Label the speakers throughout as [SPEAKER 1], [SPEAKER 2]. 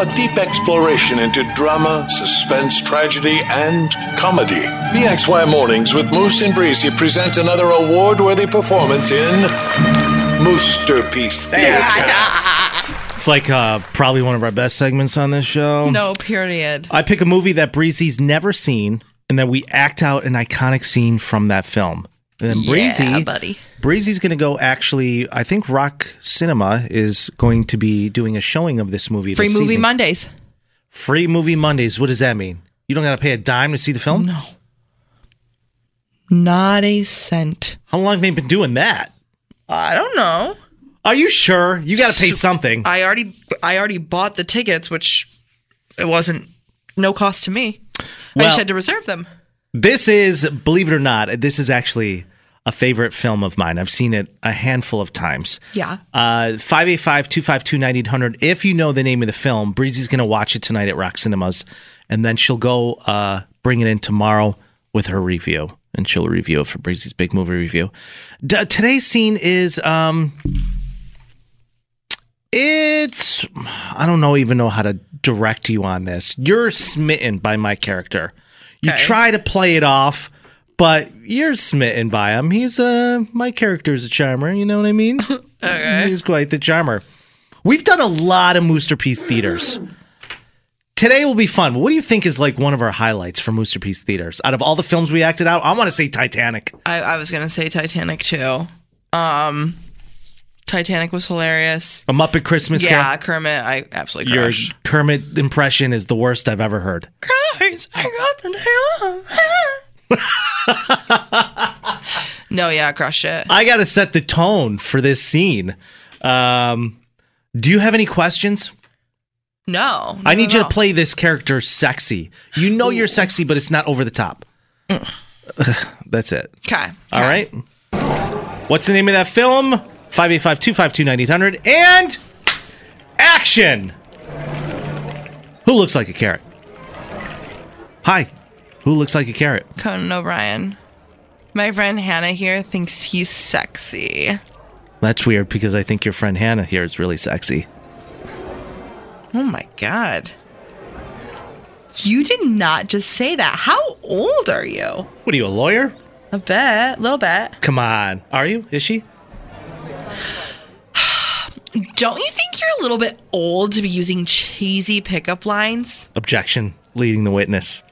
[SPEAKER 1] a deep exploration into drama, suspense, tragedy, and comedy. BXY Mornings with Moose and Breezy present another award worthy performance in. Masterpiece Theater.
[SPEAKER 2] It's like uh, probably one of our best segments on this show.
[SPEAKER 3] No, period.
[SPEAKER 2] I pick a movie that Breezy's never seen, and then we act out an iconic scene from that film. And then Breezy,
[SPEAKER 3] Yeah, buddy.
[SPEAKER 2] Breezy's going to go actually. I think Rock Cinema is going to be doing a showing of this movie.
[SPEAKER 3] Free
[SPEAKER 2] this
[SPEAKER 3] movie
[SPEAKER 2] evening.
[SPEAKER 3] Mondays.
[SPEAKER 2] Free movie Mondays. What does that mean? You don't got to pay a dime to see the film.
[SPEAKER 3] No. Not a cent.
[SPEAKER 2] How long have they been doing that?
[SPEAKER 3] I don't know.
[SPEAKER 2] Are you sure? You got to pay something.
[SPEAKER 3] I already I already bought the tickets, which it wasn't no cost to me. I
[SPEAKER 2] Well-
[SPEAKER 3] just had to reserve them.
[SPEAKER 2] This is, believe it or not, this is actually a favorite film of mine. I've seen it a handful of times.
[SPEAKER 3] Yeah.
[SPEAKER 2] Uh, 585-252-9800. If you know the name of the film, Breezy's going to watch it tonight at Rock Cinemas, and then she'll go uh, bring it in tomorrow with her review, and she'll review it for Breezy's big movie review. D- today's scene is... Um, it's I don't know even know how to direct you on this. You're smitten by my character. You try to play it off, but you're smitten by him. He's uh my character's a charmer, you know what I mean? He's quite the charmer. We've done a lot of Mooster Piece theaters. Today will be fun. What do you think is like one of our highlights for Mooster Piece theaters? Out of all the films we acted out, I want to say Titanic.
[SPEAKER 3] I, I was gonna say Titanic too. Um Titanic was hilarious.
[SPEAKER 2] A Muppet Christmas
[SPEAKER 3] yeah,
[SPEAKER 2] Carol.
[SPEAKER 3] Kermit, I absolutely
[SPEAKER 2] Your
[SPEAKER 3] crushed.
[SPEAKER 2] Kermit impression is the worst I've ever heard.
[SPEAKER 3] Guys, I got the day off. no, yeah, I crushed it.
[SPEAKER 2] I got to set the tone for this scene. Um, do you have any questions?
[SPEAKER 3] No,
[SPEAKER 2] I need
[SPEAKER 3] not
[SPEAKER 2] you
[SPEAKER 3] at
[SPEAKER 2] to
[SPEAKER 3] all.
[SPEAKER 2] play this character sexy. You know you're sexy, but it's not over the top. That's it.
[SPEAKER 3] Okay.
[SPEAKER 2] All right. What's the name of that film? 585 252 9800 and action. Who looks like a carrot? Hi. Who looks like a carrot?
[SPEAKER 3] Conan O'Brien. My friend Hannah here thinks he's sexy.
[SPEAKER 2] That's weird because I think your friend Hannah here is really sexy.
[SPEAKER 3] Oh my god. You did not just say that. How old are you?
[SPEAKER 2] What are you, a lawyer?
[SPEAKER 3] A bit, little bit.
[SPEAKER 2] Come on. Are you? Is she?
[SPEAKER 3] Don't you think you're a little bit old to be using cheesy pickup lines?
[SPEAKER 2] Objection. Leading the witness.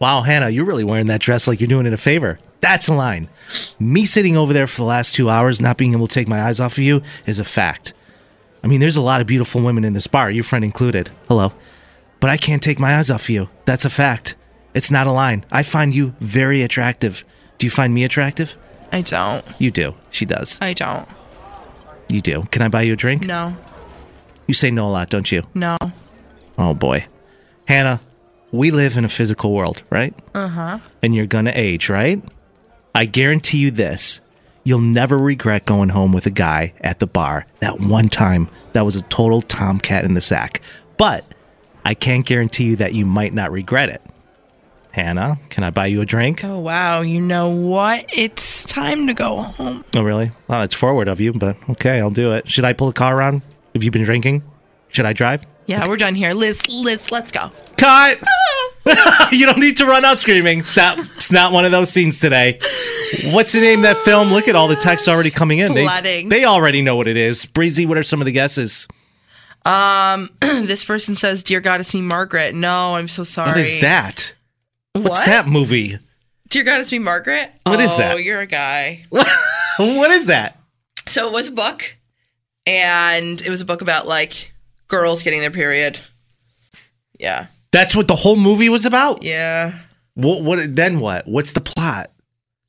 [SPEAKER 2] Wow, Hannah, you're really wearing that dress like you're doing it a favor. That's a line. Me sitting over there for the last two hours, not being able to take my eyes off of you, is a fact. I mean, there's a lot of beautiful women in this bar, your friend included. Hello. But I can't take my eyes off of you. That's a fact. It's not a line. I find you very attractive. Do you find me attractive?
[SPEAKER 3] I don't.
[SPEAKER 2] You do. She does.
[SPEAKER 3] I don't.
[SPEAKER 2] You do. Can I buy you a drink?
[SPEAKER 3] No.
[SPEAKER 2] You say no a lot, don't you?
[SPEAKER 3] No.
[SPEAKER 2] Oh boy. Hannah, we live in a physical world, right? Uh huh. And you're gonna age, right? I guarantee you this. You'll never regret going home with a guy at the bar that one time that was a total tomcat in the sack. But I can't guarantee you that you might not regret it. Hannah, can I buy you a drink?
[SPEAKER 3] Oh wow, you know what? It's time to go home.
[SPEAKER 2] Oh, really? Well, it's forward of you, but okay, I'll do it. Should I pull a car around? Have you been drinking? Should I drive?
[SPEAKER 3] Yeah, we're done here. Liz, Liz, let's go.
[SPEAKER 2] Cut! you don't need to run out screaming. It's not, it's not one of those scenes today. What's the name of that film? Look at all the text already coming in. They-
[SPEAKER 3] Flooding.
[SPEAKER 2] They, already know what it is. Breezy, what are some of the guesses?
[SPEAKER 3] Um, this person says, "Dear God, it's me, Margaret." No, I'm so sorry.
[SPEAKER 2] What is that?
[SPEAKER 3] What?
[SPEAKER 2] What's that movie?
[SPEAKER 3] Dear God, it's me, Margaret.
[SPEAKER 2] What
[SPEAKER 3] oh,
[SPEAKER 2] is that?
[SPEAKER 3] you're a guy.
[SPEAKER 2] What is that?
[SPEAKER 3] So it was a book, and it was a book about like girls getting their period. Yeah,
[SPEAKER 2] That's what the whole movie was about?
[SPEAKER 3] yeah.
[SPEAKER 2] What, what then what? What's the plot?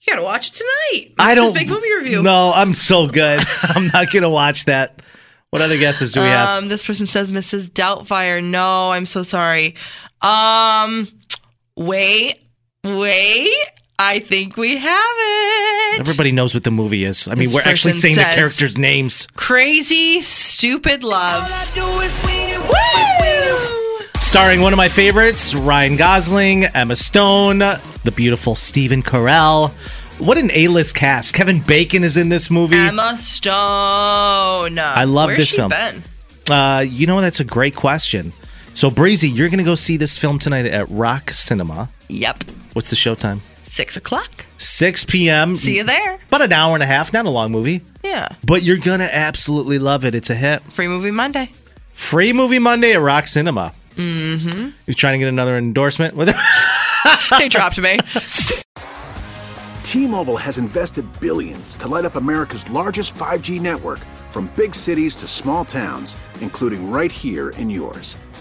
[SPEAKER 3] You gotta watch it tonight.
[SPEAKER 2] I
[SPEAKER 3] This is
[SPEAKER 2] don't
[SPEAKER 3] big movie review.
[SPEAKER 2] No, I'm so good. I'm not gonna watch that. What other guesses do we have?
[SPEAKER 3] Um, this person says Mrs. Doubtfire. No, I'm so sorry. Um, wait, wait. I think we have it.
[SPEAKER 2] Everybody knows what the movie is. I mean,
[SPEAKER 3] This
[SPEAKER 2] we're actually
[SPEAKER 3] person
[SPEAKER 2] saying the
[SPEAKER 3] says-
[SPEAKER 2] characters' names.
[SPEAKER 3] Crazy, stupid love.
[SPEAKER 2] Starring one of my favorites, Ryan Gosling, Emma Stone, the beautiful Stephen Carell. What an A-list cast! Kevin Bacon is in this movie.
[SPEAKER 3] Emma Stone. I
[SPEAKER 2] love
[SPEAKER 3] Where's
[SPEAKER 2] this
[SPEAKER 3] she
[SPEAKER 2] film.
[SPEAKER 3] Been?
[SPEAKER 2] Uh, you know, that's a great question. So, Breezy, you're gonna go see this film tonight at Rock Cinema.
[SPEAKER 3] Yep,
[SPEAKER 2] What's the showtime?
[SPEAKER 3] six o'clock.
[SPEAKER 2] 6 p.m.
[SPEAKER 3] See you there.
[SPEAKER 2] About an hour and a half. Not a long movie.
[SPEAKER 3] Yeah,
[SPEAKER 2] But you're gonna absolutely love it. It's a hit.
[SPEAKER 3] free movie Monday.
[SPEAKER 2] Free movie Monday at Rock Cinema. Mm-hmm. You trying to get another endorsement? With
[SPEAKER 3] they dropped me.
[SPEAKER 4] T-Mobile has invested billions to light up America's largest 5G network from big cities to small towns, including right here in yours.